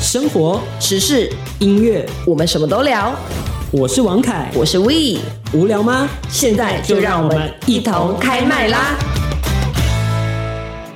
生活、时事，音乐，我们什么都聊。我是王凯。我是 We，无聊吗？现在就让我们一同开麦啦！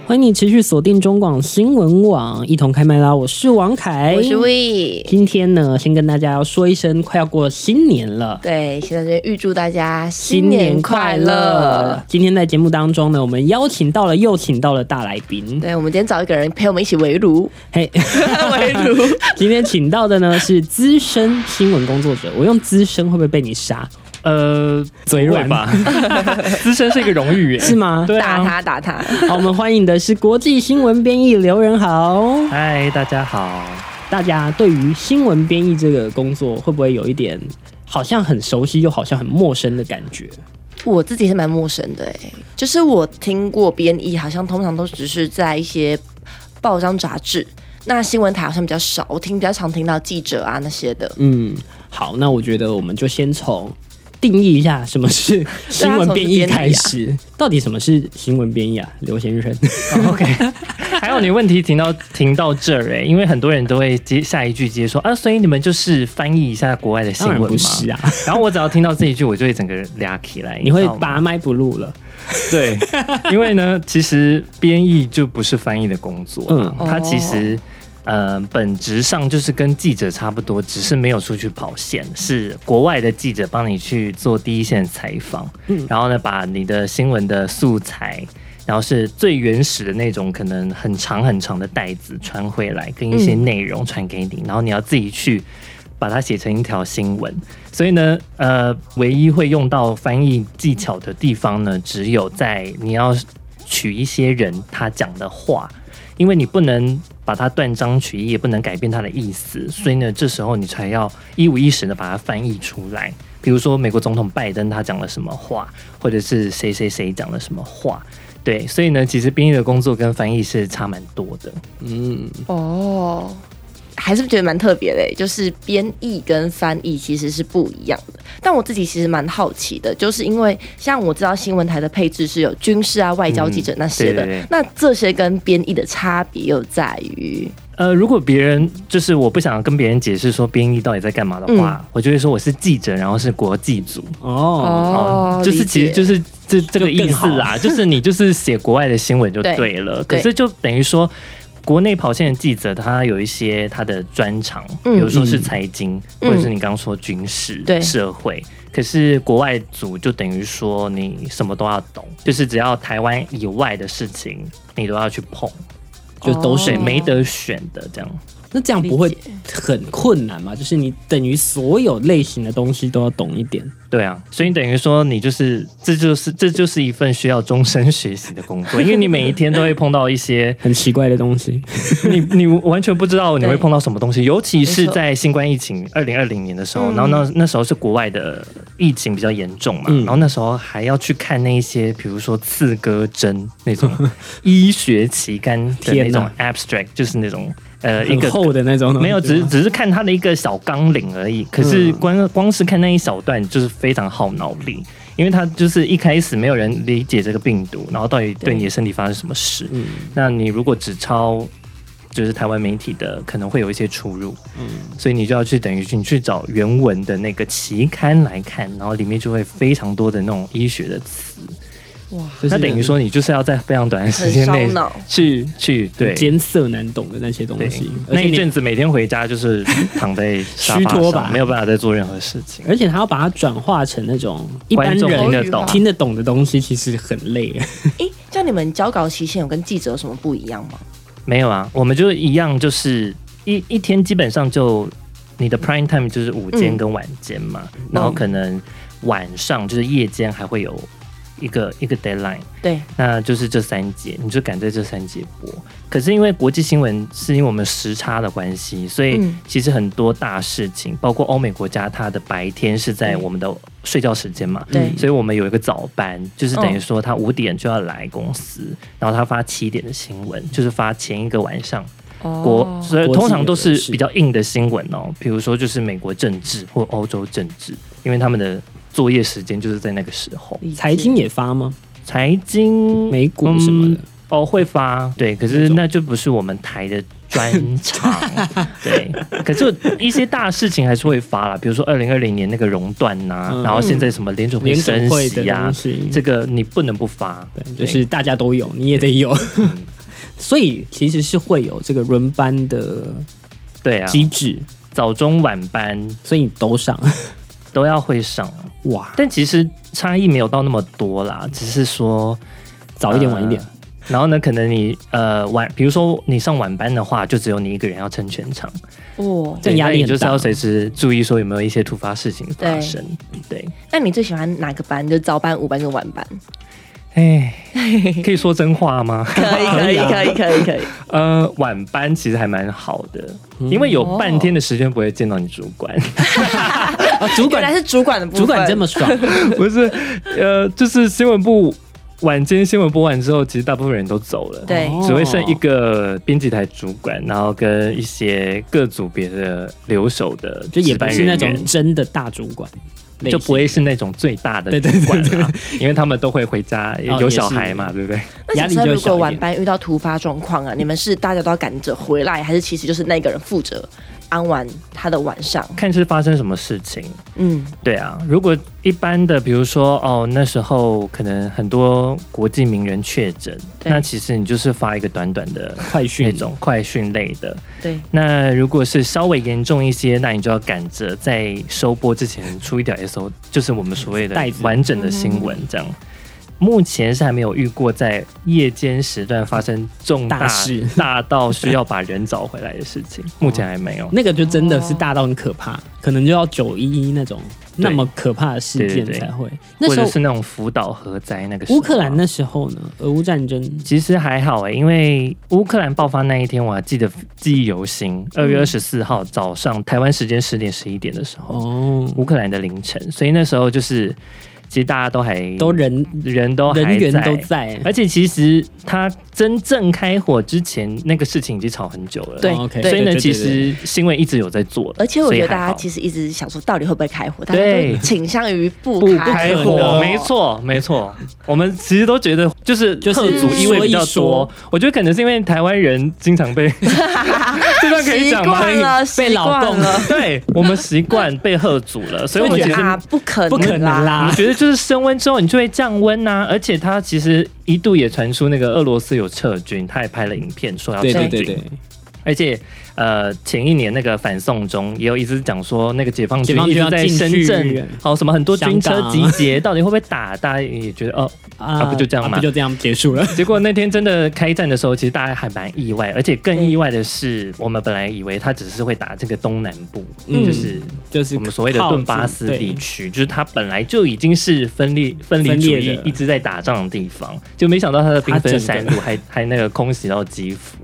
欢迎你持续锁定中广新闻网，一同开麦啦！我是王凯，我是 We。今天呢，先跟大家要说一声，快要过新年了。对，现在就预祝大家新年快乐！！今天在节目当中呢，我们邀请到了，又请到了大来宾。对，我们今天找一个人陪我们一起围炉，嘿， 围 炉。今天请到的呢是资深新闻工作者，我用资深会不会被你杀？呃，嘴不软会吧？资深是一个荣誉耶，是吗？对打啊。他打他！ 好，我们欢迎的是国际新闻编译刘仁豪。 嗨，大家好。大家对于新闻编译这个工作，会不会有一点好像很熟悉又好像很陌生的感觉？我自己是蛮陌生的、欸，就是我听过编译，好像通常都只是在一些报章杂志。那新闻台好像比较少，我听比较常听到记者啊那些的。嗯，好，那我觉得我们就先从定义一下什么是新闻编译开始。嗯到底什么是新闻编译啊，刘先生？ OK，还有你问题停到停到这儿哎，因为很多人都会接下一句接说啊，所以你们就是翻译一下国外的新当然闻吗？不是啊，然后我只要听到这一句，我就会整个人俩起来。你会知道吗拔麦不录了。对，因为呢，其实编译就不是翻译的工作，嗯嗯，它其实。呃，本质上就是跟记者差不多，只是没有出去跑线，是国外的记者帮你去做第一线采访，然后呢，把你的新闻的素材，然后是最原始的那种，可能很长很长的带子传回来，跟一些内容传给你，然后你要自己去把它写成一条新闻。所以呢，呃，唯一会用到翻译技巧的地方呢，只有在你要取一些人他讲的话，因为你不能把它断章取义，也不能改变它的意思，所以呢，这时候你才要一五一十的把它翻译出来。比如说美国总统拜登他讲了什么话，或者是谁谁谁讲了什么话，对，所以呢，其实编译的工作跟翻译是差蛮多的。嗯，哦，还是觉得蛮特别的欸，就是编译跟翻译其实是不一样的。但我自己其实蛮好奇的，就是因为像我知道新闻台的配置是有军事啊、外交记者那些的，对对对那这些跟编译的差别又在于，呃，如果别人就是我不想跟别人解释说编译到底在干嘛的话，我就会说我是记者，然后是国际组。哦，哦就是其实就是是这这个意思就更啦，就是你就是写国外的新闻就对了，对可是就等于说。国内跑线的记者，他有一些他的专长，嗯比如说是财经，嗯或者是你刚刚说军事、对社会。可是国外组就等于说你什么都要懂，就是只要台湾以外的事情，你都要去碰，就都是对，哦没得选的这样。那这样不会很困难吗？就是你等于所有类型的东西都要懂一点。对啊，所以等于说你就是，这就是这就是一份需要终身学习的工作，因为你每一天都会碰到一些很奇怪的东西， 你你完全不知道你会碰到什么东西，尤其没是错在新冠疫嗯情二零二零年的时候，然后那那时候是国外的疫情比较严重嘛，嗯然后那时候还要去看那一些，比如说刺胳针 那种医学期刊的那天种哪 abstract，就是那种呃一很个厚的那 种东西吗。没有，只是只是看他的一个小纲领而已。可嗯是光、光是看那一小段，就是非常耗脑力，因为他就是一开始没有人理解这个病毒，然后到底对你的身体发生什么事。嗯那你如果只抄。就是台湾媒体的可能会有一些出入，嗯，所以你就要去等于去你去找原文的那个期刊来看，然后里面就会非常多的那种医学的词，就是那等于说你就是要在非常短的时间内很烧脑去去对艰涩难懂的那些东对西，，而那且一你阵子每天回家就是躺在沙 虚发脱上，吧没有办法再做任何事情。而且他要把它转化成那种一般观众听人得懂，听得懂的东西，其实很累。诶，像你们交稿期限有跟记者有什么不一样吗？没有啊？我们就一样，就是一一天基本上就你的 prime time 就是午间嗯跟晚间嘛，然后可能晚上就是夜间还会有一个一个 deadline，对，那就是这三节，你就赶在这三节播。可是因为国际新闻是因为我们时差的关系，所以嗯其实很多大事情，包括欧美国家，它的白天是在嗯我们的睡觉时间嘛，对所以我们有一个早班，就是等于嗯说他五点就要来公司，然后他发七点的新闻，就是发前一个晚上哦国，所以国际通常都是人士比较硬的新闻哦，比如说就是美国政治或欧洲政治，因为他们的作业时间就是在那个时候。理解财经也发吗？财经美股什么的，哦，会发，对，可是那就不是我们台的专 长，对。可是一些大事情还是会发啦，比如说二零二零年那个熔断呐、嗯然后现在什么联储会联总升会的息啊东，西这个你不能不发，对，就是大家都有，你也得 有，所以其实是会有这个轮班的对啊，机制，早中晚班所以你都上，嗯都要会上，哇，但其实差异没有到那么多啦，只是说早一点晚一点呃，然后呢，可能你呃晚，比如说你上晚班的话，就只有你一个人要撑全场，哦，这对压力那你很就是大要随时注意说有没有一些突发事情发对生。嗯对，那你最喜欢哪个班？就早班、午班跟晚班？哎， 可以说真话 吗？可以，可以，啊可以，可以，可以。呃，晚班其实还蛮好的，嗯因为有半天的时间不会见到你主管，哦呃啊，主原来管是主管的部分。主管这么爽， 不是，呃，就是新闻部晚间新闻播完之后，其实大部分人都走了，对哦只会剩一个编辑台主管，然后跟一些各组别的留守的就也值不班是那人 种员。真的大主管类型，就不会是那种最大的对主对对管啦，因为他们都会回家，哦有也小是孩嘛，对不对？那压假力设就如小果一晚点。班遇到突发状况啊，你们是大家都要赶着回来，还是其实就是那个人负责安完他的晚上？看是发生什么事情，嗯，对啊，如果一般的，比如说哦，那时候可能很多国际名人确诊，对那其实你就是发一个短短的快那讯种快讯类的。对，那如果是稍微严重一些，那你就要赶着在收播之前出一条 S O，就是我们所谓的带子完整的新闻这样。目前是还没有遇过在夜间时段发生重大大事大到需要把人找回来的事情，目前还没有。那个就真的是大到很可怕，可能就要九一一那种那么可怕的事件对对对才会。那或时者候是那种福岛核灾那个时候啊乌克兰那时候呢，俄乌战争，其实还好哎、因为乌克兰爆发那一天，我还记得记忆犹新。嗯二月二十四号早上，台湾时间十点十一点的时候，哦，乌克兰的凌晨，所以那时候就是，其实大家都还都人人都还人员在哎都在，而且其实他真正开火之前，那个事情已经吵很久了。对哦，OK，对所以呢，对对其对实新闻一直有在做的，而且我觉得大所以家还好其实一直想说，到底会不会开火？大家对都倾向于不不开不开火没错没错。我们其实都觉得就是就是特族意味比说一较多说，我觉得可能是因为台湾人经常被 这段可以习讲吗？惯了，被习老惯公了，对我们习惯被喝阻了，所以我就们觉其得实啊，不可不可能啦。啦我，觉得就是升温之后，你就会降温呐、而且他其实一度也传出那个俄罗斯有撤军，他也拍了影片说要对撤军。对对对，而且呃，前一年那个反送中也有一直讲说，那个解放解军放一军直在深要进去圳，好、什么 很多军香车港集结，到底会不会打？大家也觉得哦。啊不就这样啊吗不就这样结束了？结果那天真的开战的时候，其实大家还蛮意外，而且更意外的是，我们本来以为他只是会打这个东南部，嗯就是就是我们所谓的靠顿巴近斯对地区，就是它本来就已经是分裂分离分主裂义的一直在打仗的地方，就没想到它的兵它整分个 三路，还还那个空袭到基辅，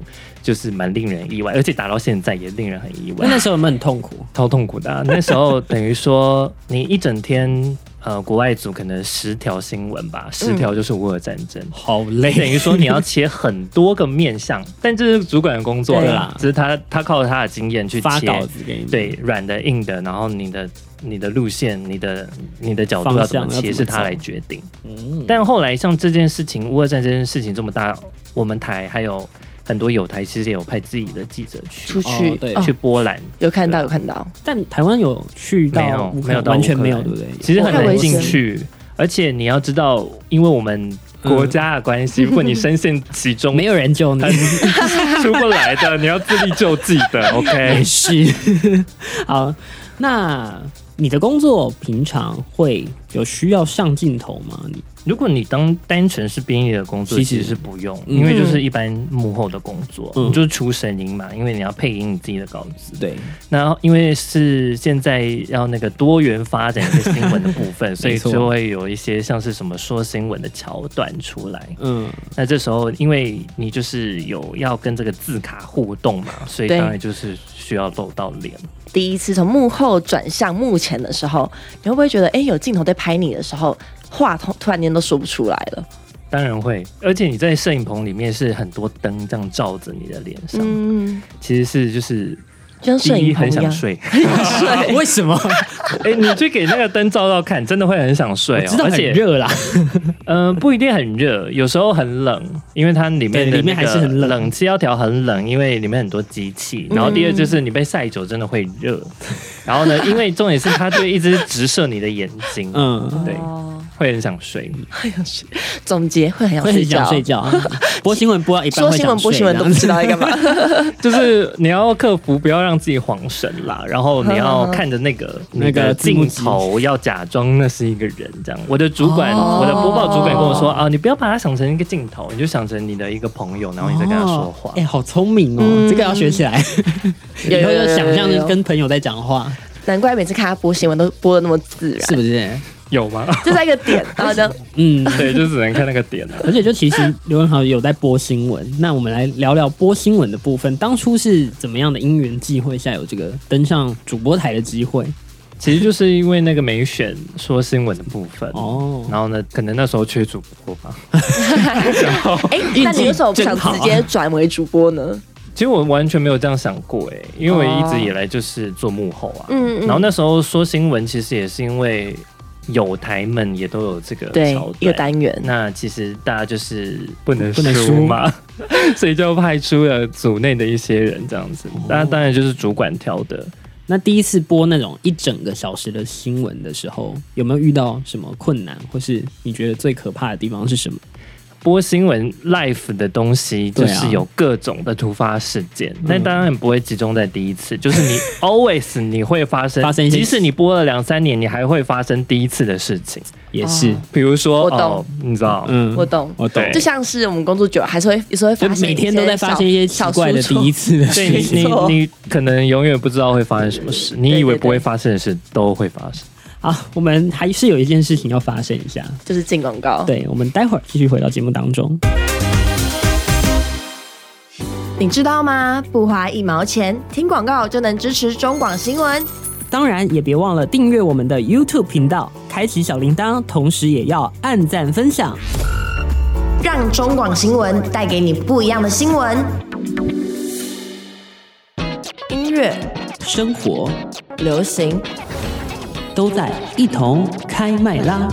就是蛮令人意外，而且打到现在也令人很意那外，那时候有没有很痛苦？超痛苦的啊、那时候等于说你一整天，呃，国外组可能十条新闻吧，嗯十条就是乌尔战争。好等累，于说你要切很多个面向，但这是主管的工作对啦啦，只是他他靠他的经验去发切稿子给你，对，软的、硬的，然后你的、你的路线、你的、你的角度要方怎么向要怎切，么是他走来决定。嗯，但后来像这件事情，乌俄战争事情这么大，我们台还有很多友台其实也有派自己的记者去出去哦对哦去波兰，有看到有看到，但台湾有去没到有乌克没有兰到完全乌克没有，兰对不对？其实很太难危进险去，而且你要知道，因为我们国家的 关系，如果你深陷其中，没有人救 你。出不来的，你要自力救济的。OK， 也是。 好，那你的工作平常会有需要上镜头吗？你如果你当单纯是编译的工作，其其实实是不用，嗯因为就是一般幕后的工作，嗯你就是出声音嘛，因为你要配音你自己的稿子。对，然后因为是现在要那个多元发展一些新闻的部 分，所以没错就会有一些像是什么说新闻的桥段出来。嗯，那这时候因为你就是有要跟这个字卡互动嘛，所以对当然就是需要露到脸。第一次从幕后转向幕前的时候，你会不会觉得，哎、有镜头在拍你的时候，话筒突然间都说不出来了？当然会，而且你在摄影棚里面是很多灯这样照着你的脸上，嗯，其实是就是就像摄第一影棚很一想样。睡，对，为什么？ 哎、你去给那个灯照照看，真的会很想睡、哦，知道而很且 热啦，嗯，不一定很热，有时候很冷，因为它里对面的里面那个还是很冷嗯冷气要调很冷，因为里面很多机器。然后第二就是你被晒久真的会热，然后呢，因为重点是它就一直直射你的眼睛，嗯，对，哦，会很想睡。总结会很想会睡很觉想。睡觉。播新闻播到一半说会新闻想播睡，新闻都不知道在干嘛， 就是你要克服不要让自己晃神啦，然后你要看着那个那个你的字幕镜机头，要假装那是一个人这样。我的主管，哦我的播报主管跟我说啊，你不要把它想成一个镜头，你就想成你的一个朋友，然后你在跟他说话哦哎、。好聪明哦、嗯这个要学起来。有以后有有就想有有象跟朋友在讲话，难怪每次看他播新闻都播的那么自然，是不是？有吗？就在一个点，然后就嗯， 对，就只能看那个点了。啊而且就其 实刘文豪有在播新闻，那我们来聊聊播新闻的部分。当初是怎么样的因缘际会下有这个登上主播台的机会？其实就是因为那个没选说新闻的部分哦然后呢，可能那时候缺主播吧。 哎，运那你气为什么不想真好直接转为主播呢？其实我完全没有这样想过哎、因为我一直以来就是做幕后啊。嗯嗯然后那时候说新闻，其实也是因为有台们也都有这个对桥，一个段。单元，那其实大家就是不能不能输嘛， 所以就派出了组内的一些人这样子。哦那当然就是主管挑的，那第一次播那种一整个小时的新闻的时候，有没有遇到什么困难，或是你觉得最可怕的地方是什么？播新闻 live 的东西，就对啊嗯是有各种的突发事件，但当然不会集中在第一次，就 是你 always 你会发生，发生一些即使你播了两三年，你还会发生第一次的事情，也是，比如说我懂哦，你知道，嗯，我懂。我懂对，就像是我们工作久了，还是会有时候会就发现每天都在发生一些奇小怪的第一次，次的对事你 情，没错你你可能永远不知道会发生什么事，你以为不会发生的事都会发 生。啊，我们还是有一件事情要发生一下。就是进广告。对，我们待会儿继续回到节目当中。你知道吗？不花一毛钱，听广告就能支持中广新闻。当然，也别忘了订阅我们的 YouTube 频道，开启小铃铛，同时也要按赞分享。让中广新闻带给你不一样的新闻。音乐、生活流行，都在一同开麦啦！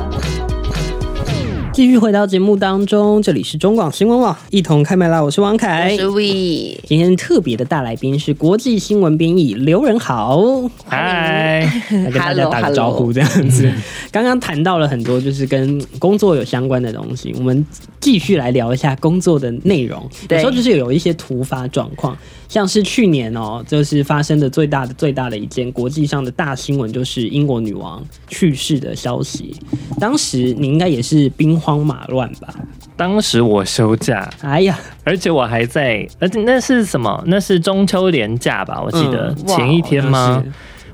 继续回到节目当中，这里是中广新闻网，一同开麦啦！我是王我凯是。We，今天特别的大来宾是国际新闻编译刘仁豪，嗨，来跟大家打个招呼，这样子。刚刚谈到了很多就是跟工作有相关的东西，我们继续来聊一下工作的内容。有对时候就是有一些突发状况，像是去年哦，就是发生的最大的最大的一件国际上的大新闻，就是英国女王去世的消息。当时你应该也是兵荒马乱吧？ 当时我休假，哎呀，而且我还在，而且那是什么？那是中秋连假吧？我记得嗯哇前一哎天吗？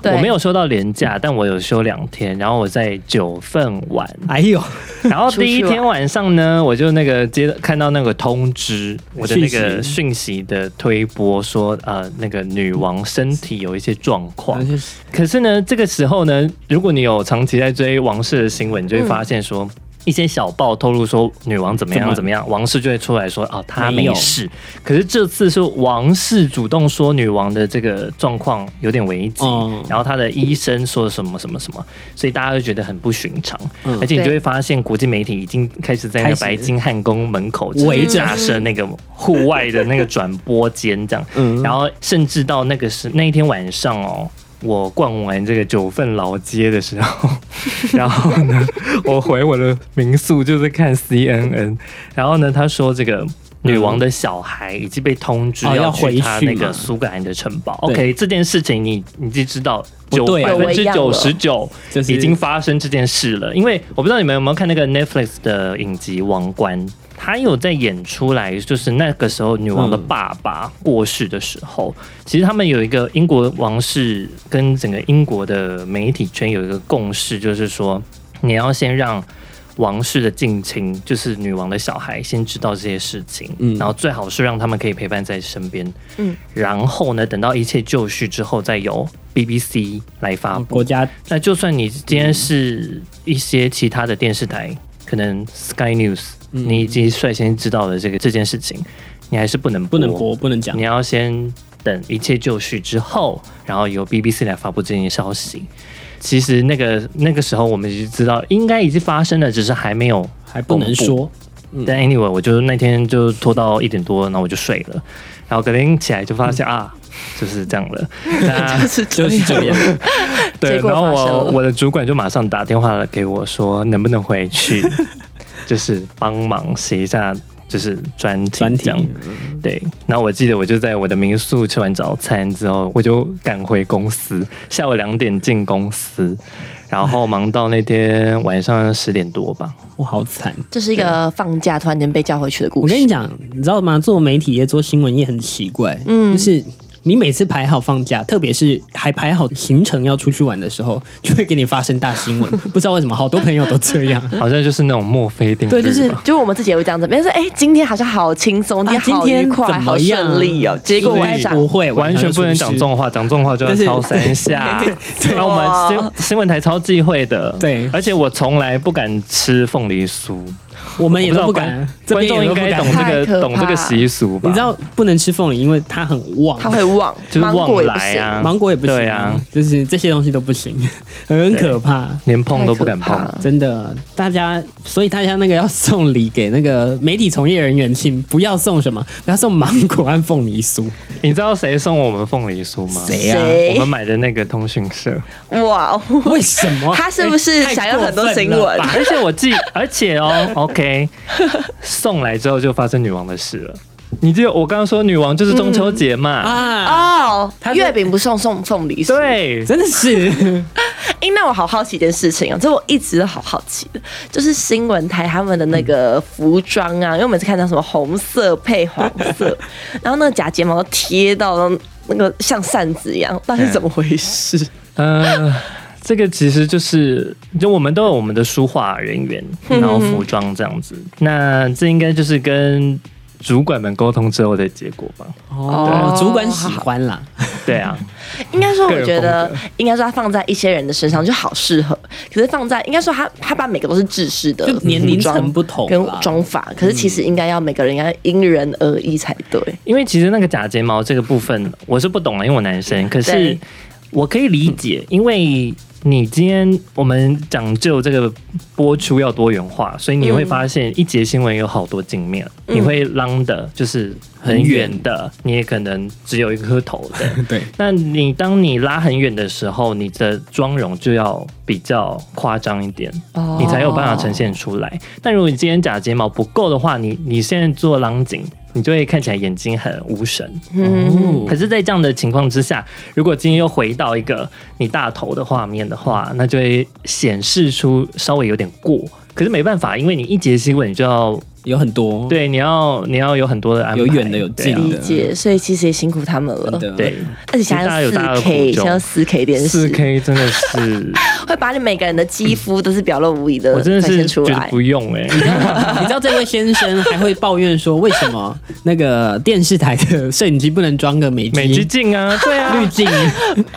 对我没有休到连假，但我有休两天，然后我在九份玩，哎呦，然后出去玩第一天晚上呢，我就那个接看到那个通知，我的那讯息个讯息的推播说，呃，那个女王身体有一些状况，可是呢，这个时候呢，如果你有长期在追王室的新闻，你就会发现说。一些小报透露说女王嗯怎么怎样么怎么样，王室就会出来说啊她没没有事。可是这次是王室主动说女王的这个状况有点危急，哦然后她的医生说什么什么什么，所以大家就觉得很不寻常。而且你就会发现国际媒体已经开始在嗯那开个始白金汉宫门口围着架设那个户外的那个转播间这样，嗯然后甚至到那个是那一天晚上哦，我逛完这个九份老街的时 候，然后呢，我回我的民宿就是看 CNN，然后呢，他说这个。女王的小孩已经被通知哦要回去她去那嘛个苏格兰的城堡。对 OK，这件事情你你就知道，不九对百有分微之恙九了十九就是已经发生这件事了。因为我不知道你们有没有看那个 Netflix 的影集《王冠》，他有在演出来，就是那个时候女王的爸爸过世的时候，其实他们有一个英国王室跟整个英国的媒体圈有一个共识，就是说你要先让。王室的近亲，就是女王的小孩，先知道这些事情，嗯然后最好是让他们可以陪伴在身边，嗯，然后呢，等到一切就绪之后，再由 BBC 来发布国。家那就算你今天是一些其他的电视台，可能 Sky News，、你已经率先知道了这个这件事情，你还是不能不能播，不能讲你，要先等一切就绪之后，然后由 BBC 来发布这件消息。其实那个那个时候我们就知道应该已经发生了，只是还没有还不能公布说。嗯但 anyway，我就那天就拖到一点多，然后我就睡了，然后隔天起来就发现、啊，就是这样 了。那嗯是就是这样，对，结果然后发生我了我的主管就马上打电话给我说，能不能 回去，就是帮忙写一下，就是专题专题这样。对，然后我记得我就在我的民宿吃完早餐之后，我就赶回公司，下午两点进公司，然后忙到那天晚上十点多吧。我好惨。这是一个放假突然间被叫回去的故我事。跟你讲，你知道吗？做媒体业、做新闻业很奇怪，嗯，就是你每次排好放假，特别是还排好行程要出去玩的时候， 就会给你发生大新闻。 不知道为什么，好多朋友都这 样。啊好像就是那种墨菲定律吧，嗯对，就是就我们自己也会这样子，别人说哎、今天好像好轻松，啊好今愉天快，怎好么样顺利哦。结果所以晚上不会完全不能晚上讲这。就出事种话，讲这种话就要敲 三下。然后我们新新闻台超忌讳的，对而且我从来不敢吃凤梨酥，我们也都我不知道敢观，这观边众也应都不该敢懂。这太可个懂怕这个习俗吧？ 你知道不能吃凤梨，因为它很旺，他会忘，就是芒旺果也不来行。啊，芒果也不行，对啊，就是这些东西都不行， 很可怕。连碰都不敢太可怕碰。真的，大家，所以大家那个要送礼给那个媒体从业人员，请不要送什么，不要送芒果和凤梨酥。你知道谁送我们凤梨酥吗？谁啊谁我们买的那个通讯社，哇哦，为什么？他是不是哎想要很多新太过分闻了？吧啊而且我记，而且哦，OK，送来之后就发生女王的事了。你记得我刚刚说女王就是中秋节嘛？嗯啊？哦他，是月饼不送送凤梨酥。，对，真的是，哎、那我好好奇一件事情啊，这我一直都好好奇的，就是新闻台他们的那嗯个服装啊，因为我每次看到什么红色配黄 色，然后那个假睫毛都贴到那个像扇子一样，到底是怎么回事？嗯呃，这个其实就是，就我们都有我们的书画人员，然后服装这样子。那这应该就是跟主管们沟通之后的结果吧？哦，对主管喜欢啦，对啊，应该说，个我人觉得风应该说它放在一些人的身上就好适合，可是放在应该说它它把每个都是制式的就年龄服装层不同跟啦嗯妆法，可是其实应该要每个人应该因人而异才对。因为其实那个假睫毛这个部分我是不懂了，啊因为我男生，可是对我可以理解，因为。你今天我们讲究这个播出要多元化，所以你会发现一节新闻有好多镜面，你会浪的，就是很远的，你也可能只有一颗头的，对，那你当你拉很远的时候，你的妆容就要比较夸张一点，哦你才有办法呈现出来。但如果你今天假睫毛不够的话，你你现在做浪颈，你就会看起来眼睛很无神。哦嗯可是，在这样的情况之下，如果今天又回到一个你大头的画面的话，那就会显示出稍微有点过。可是没办法，因为你一节新闻，你就要有很多，对你要你要有很多的安排，有远的有对啊近理解，所以其实也辛苦他们了。真的对，而且现在四 K，现在四 K 电四视， K 真的 是。会把你每个人的肌肤都是表露无遗的我真的展是现出觉得来。不用哎、 你知道这位先生还会抱怨说，为什么那个电视台的摄影机不能装个美美肌之镜啊，对啊，滤镜？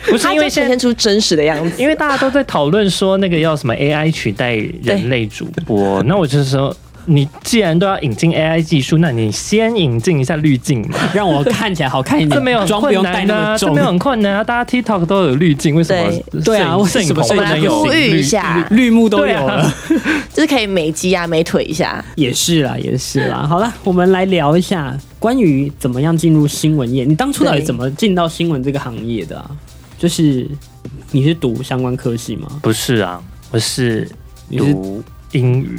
不是它因就为呈现在现。出真实的样 子。因为大家都在讨论说那个要什么 AI 取代人类主播，那我就是说，你既然都要引进 AI 技术，那你先引进一下滤镜 嘛，让我看起来好看一点，这没有很妆不困用带难那啊，么这重没，有很困难啊，大家 TikTok 都有滤镜，为什么对对啊摄影为摄影什么棚摄不影能棚有呼吁滤一下，绿幕都对啊有了。就是可以美肌啊、美腿一下。也是啦，也是啦。好了，我们来聊一下关于怎么样进入新闻业。你当初到底对怎么进到新闻这个行业的啊？就是你是读相关科系吗？不是啊，我是你是读英语，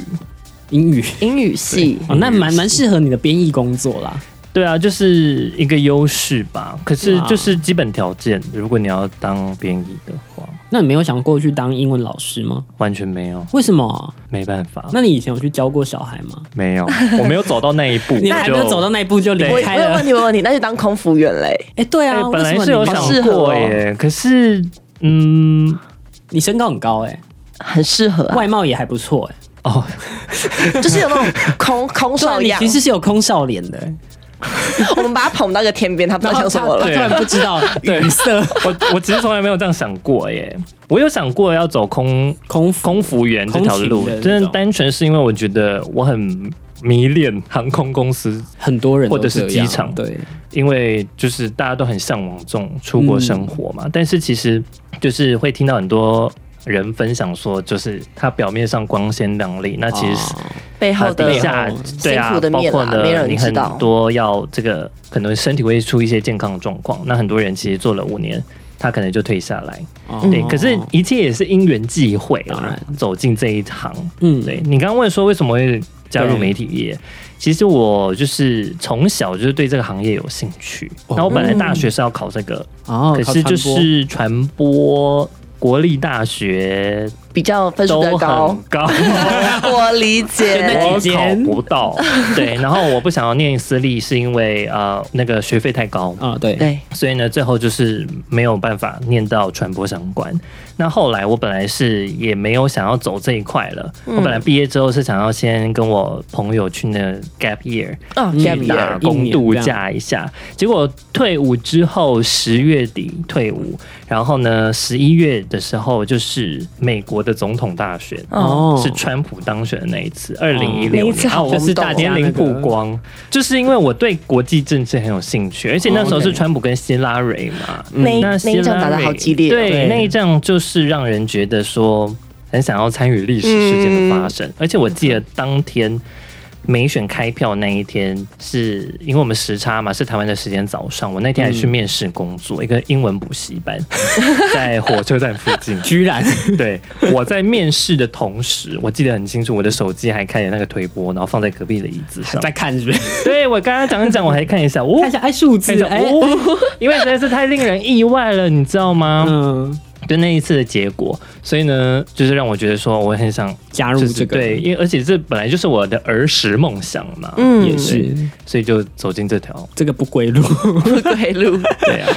英语英语系哦，那蛮蛮适合你的编译工作啦。对啊，就是一个优势吧。可是哇就是基本条件，如果你要当编译的话，那你没有想过去当英文老师吗？完全没有，为什么？没办法，那你以前有去教过小孩吗？没有，我没有走到那一步，你还没有走到那一步就离我我开有了问？题，我有问题，那就当空服员嘞。哎、对哎啊，本来为是什么有你没好想适合过哦耶，可是嗯，你身高很高哎、很适合啊，外貌也还不错哎、哦，就是有那种空空对啊，少你样。其实是有空少脸的、欸，我们把他捧到一个天边，他不知道他想什么他了突。对啊然不知道语 塞。我我其实从来没有这样想过耶，我有想过要走空空服空服员这条空勤路的那，种真的单纯是因为我觉得我很迷恋航空公司，很多人都或者是这样机场对，因为就是大家都很向往这种出嗯国生活嘛。但是其实就是会听到很多人分享说，就是它表面上光鲜亮丽，那其实是哦背它后的底下对辛啊苦的，包面括啦没呢人你知很道多要这个可能身体会出一些健康的状况，那很多人其实做了五年，他可能就退下来。哦嗯对，可是一切也是因缘际会当啦然，走进这一行。嗯对你刚刚问说为什么会加入对媒体业，嗯其实我就是从小就是对这个行业有兴趣，哦然后我本来大学是要考这个，嗯哦，可是靠就传播是传播。国立大学比较分数都比较很高， 高，我理 那解。几我考间不到。对，然后我不想要念私立，是因为呃那个学费太高。啊，对，对，所以呢，最后就是没有办法念到传播相关。那后来我本来是也没有想要走这一块了，嗯我本来毕业之后是想要先跟我朋友去那 gap year 嗯嗯 g a 一 b 年打 year，工度假一下。结果退伍之后，十月底退伍，然后呢，十一月的时候就是美国的总统大选。哦，哦，是川普当选的那一次，二零一那六一年次，好就轰是动大哦家年那龄个曝光，就是因为我对国际政治很有兴趣，而且那时候哦是，OK 川普跟希拉蕊嘛，嗯那一那那一仗打得好激烈哦，对，对那一仗就是让人觉得说很想要参与历史事件的发生，嗯而且我记得当天。美选开票那一天是，因为我们时差嘛，是台湾的时间早上。我那天还去面试工嗯作，一个英文补习 班，在火车站附近。居然对，我在面试的同时，我记得很清楚，我的手机还开着那个推播，然后 放在隔壁的椅子上在。看是不是？对我刚刚讲一讲，我还看一下，哦 看一，下哎，数看一字下，哎，哦，因为实在是太令人意外了，你知道吗？嗯，就那一次的结果，所以呢，就是让我觉得说，我很想加入就是这个对，因为而且这本来就是我的儿时梦想嘛，嗯也是所以就走进这条。这个不归路，对路。对 啊，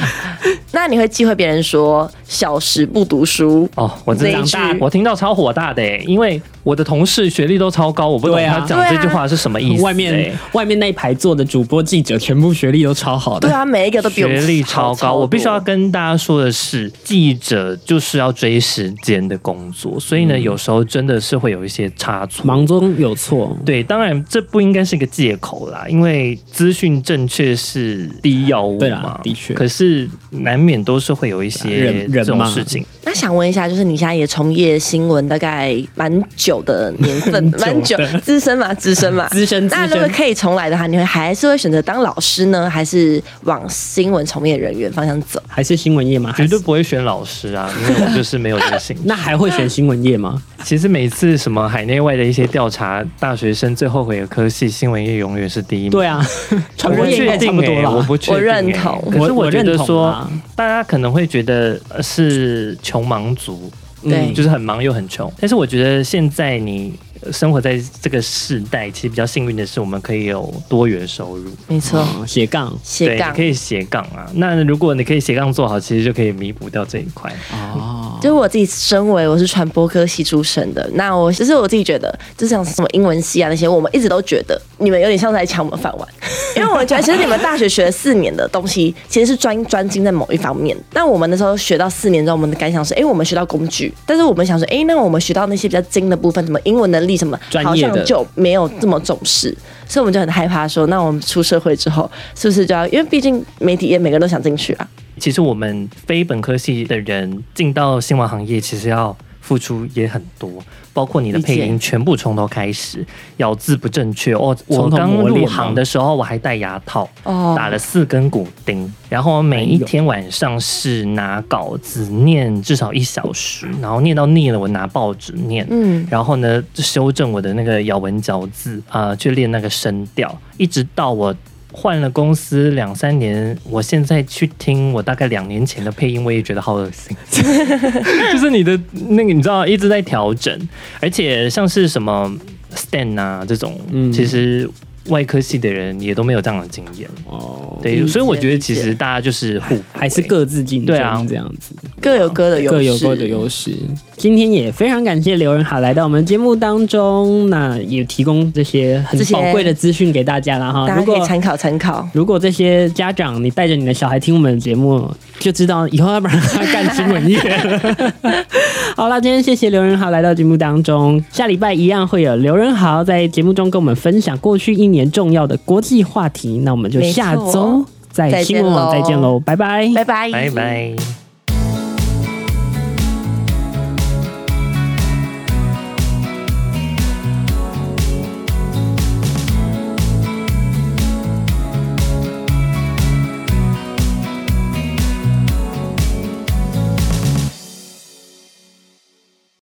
那你会忌讳别人说小时不读书？哦，我真这一长句大，我听到超火大的欸，因为我的同事学历都超高，我不懂对啊他讲这句话是什么意思欸。 外面外面那一排坐的主播记者，全部学历都超好的，对啊，每一个都比我学们历好超超高，我必须要多跟大家说的是，记者就是要追时间的工作，所嗯以呢，有时候真的是会有一些差错。忙中有错，对，当然这不应该是一个借口啦，因为资讯正确是第一要务对嘛啦，的确可是难免都是会有一些人这人种嘛事情。那想问一下，就是你现在也从业新闻大概蛮久的年 份，蛮久资深嘛，资深嘛，资深资那深如果可以重来的话，你会还是会选择当老师呢，还是往新闻从业人员方向走？还是新闻业吗？还绝是对不会选老师啊，因为我就是没有这个兴趣。 那还会选新闻业 吗？其实每次什么海内外的一些调查，大学生最后悔的科系新闻业永远是第一名。对啊， 传我播业应该确差定不欸多我啦。不确定欸、我认同可是我我觉得认同说啦，啊大家可能会觉得呃是穷忙族，对就是很忙又很穷。但是我觉得现在你呃生活在这个世代，其实比较幸运的是，我们可以有多元收入，没错，嗯斜杠斜对，杠你可。以斜杠啊。那如果你可以斜杠做好，其实就可以弥补掉这一块。哦，就是我自己身为我是传播科系出身的，那我其实我自己觉得，就像什么英文系啊那些，我们一直都觉得你们有点像是在抢我们饭碗， 因为我们觉得其实你们大学学了四年的东西，其实是专专精在某一方面。那我们那时候学到四年之后，我们的感想是，哎、我们学到工具，但是我们想说，哎、那我们学到那些比较精的部分，什么英文能力什么，专好业的像就没有这么重视，所以我们就很害怕说，那我们出社会之后是不是就要，因为毕竟媒体业每个人都想进去啊，其实我们非本科系的人进到新闻行业，其实要付出也很多，包括你的配理音解全部从头开始，咬字不正确。哦，我从头刚磨练入吗行的时候我还戴牙套，哦打了四根骨钉，然后每一天晚上是拿稿子念至少一小时，然后念到腻了，我拿报纸念，嗯，然后呢修正我的那个咬文嚼字啊、呃去练那个声调，一直到我换了公司两三年，我现在去听我大概两年前的配音，我也觉得好恶心，就是你的那个你知道一直在调整，而且像是什么 stand 啊这种，嗯其实外科系的人也都没有这样的经验，哦，对，理所以我解觉得理其解实大家就是互补还是欸各自竞对啊争这样子。各有各的优势，各有各的优势。今天也非常感谢刘仁海来到我们节目当中，那也提供这些很这些宝贵的资讯给大家啦哈。大如家可以果参考参考。如果这些家长你带着你的小孩听我们的节目，就知道以后要不然他干新闻 业了。好啦，今天谢谢刘仁豪来到节目当中，下礼拜一样会有刘仁豪在节目中跟我们分享过去一年重要的国际话题。那我们就下没错周在再见新闻网喽再见喽，拜拜。拜拜，拜拜。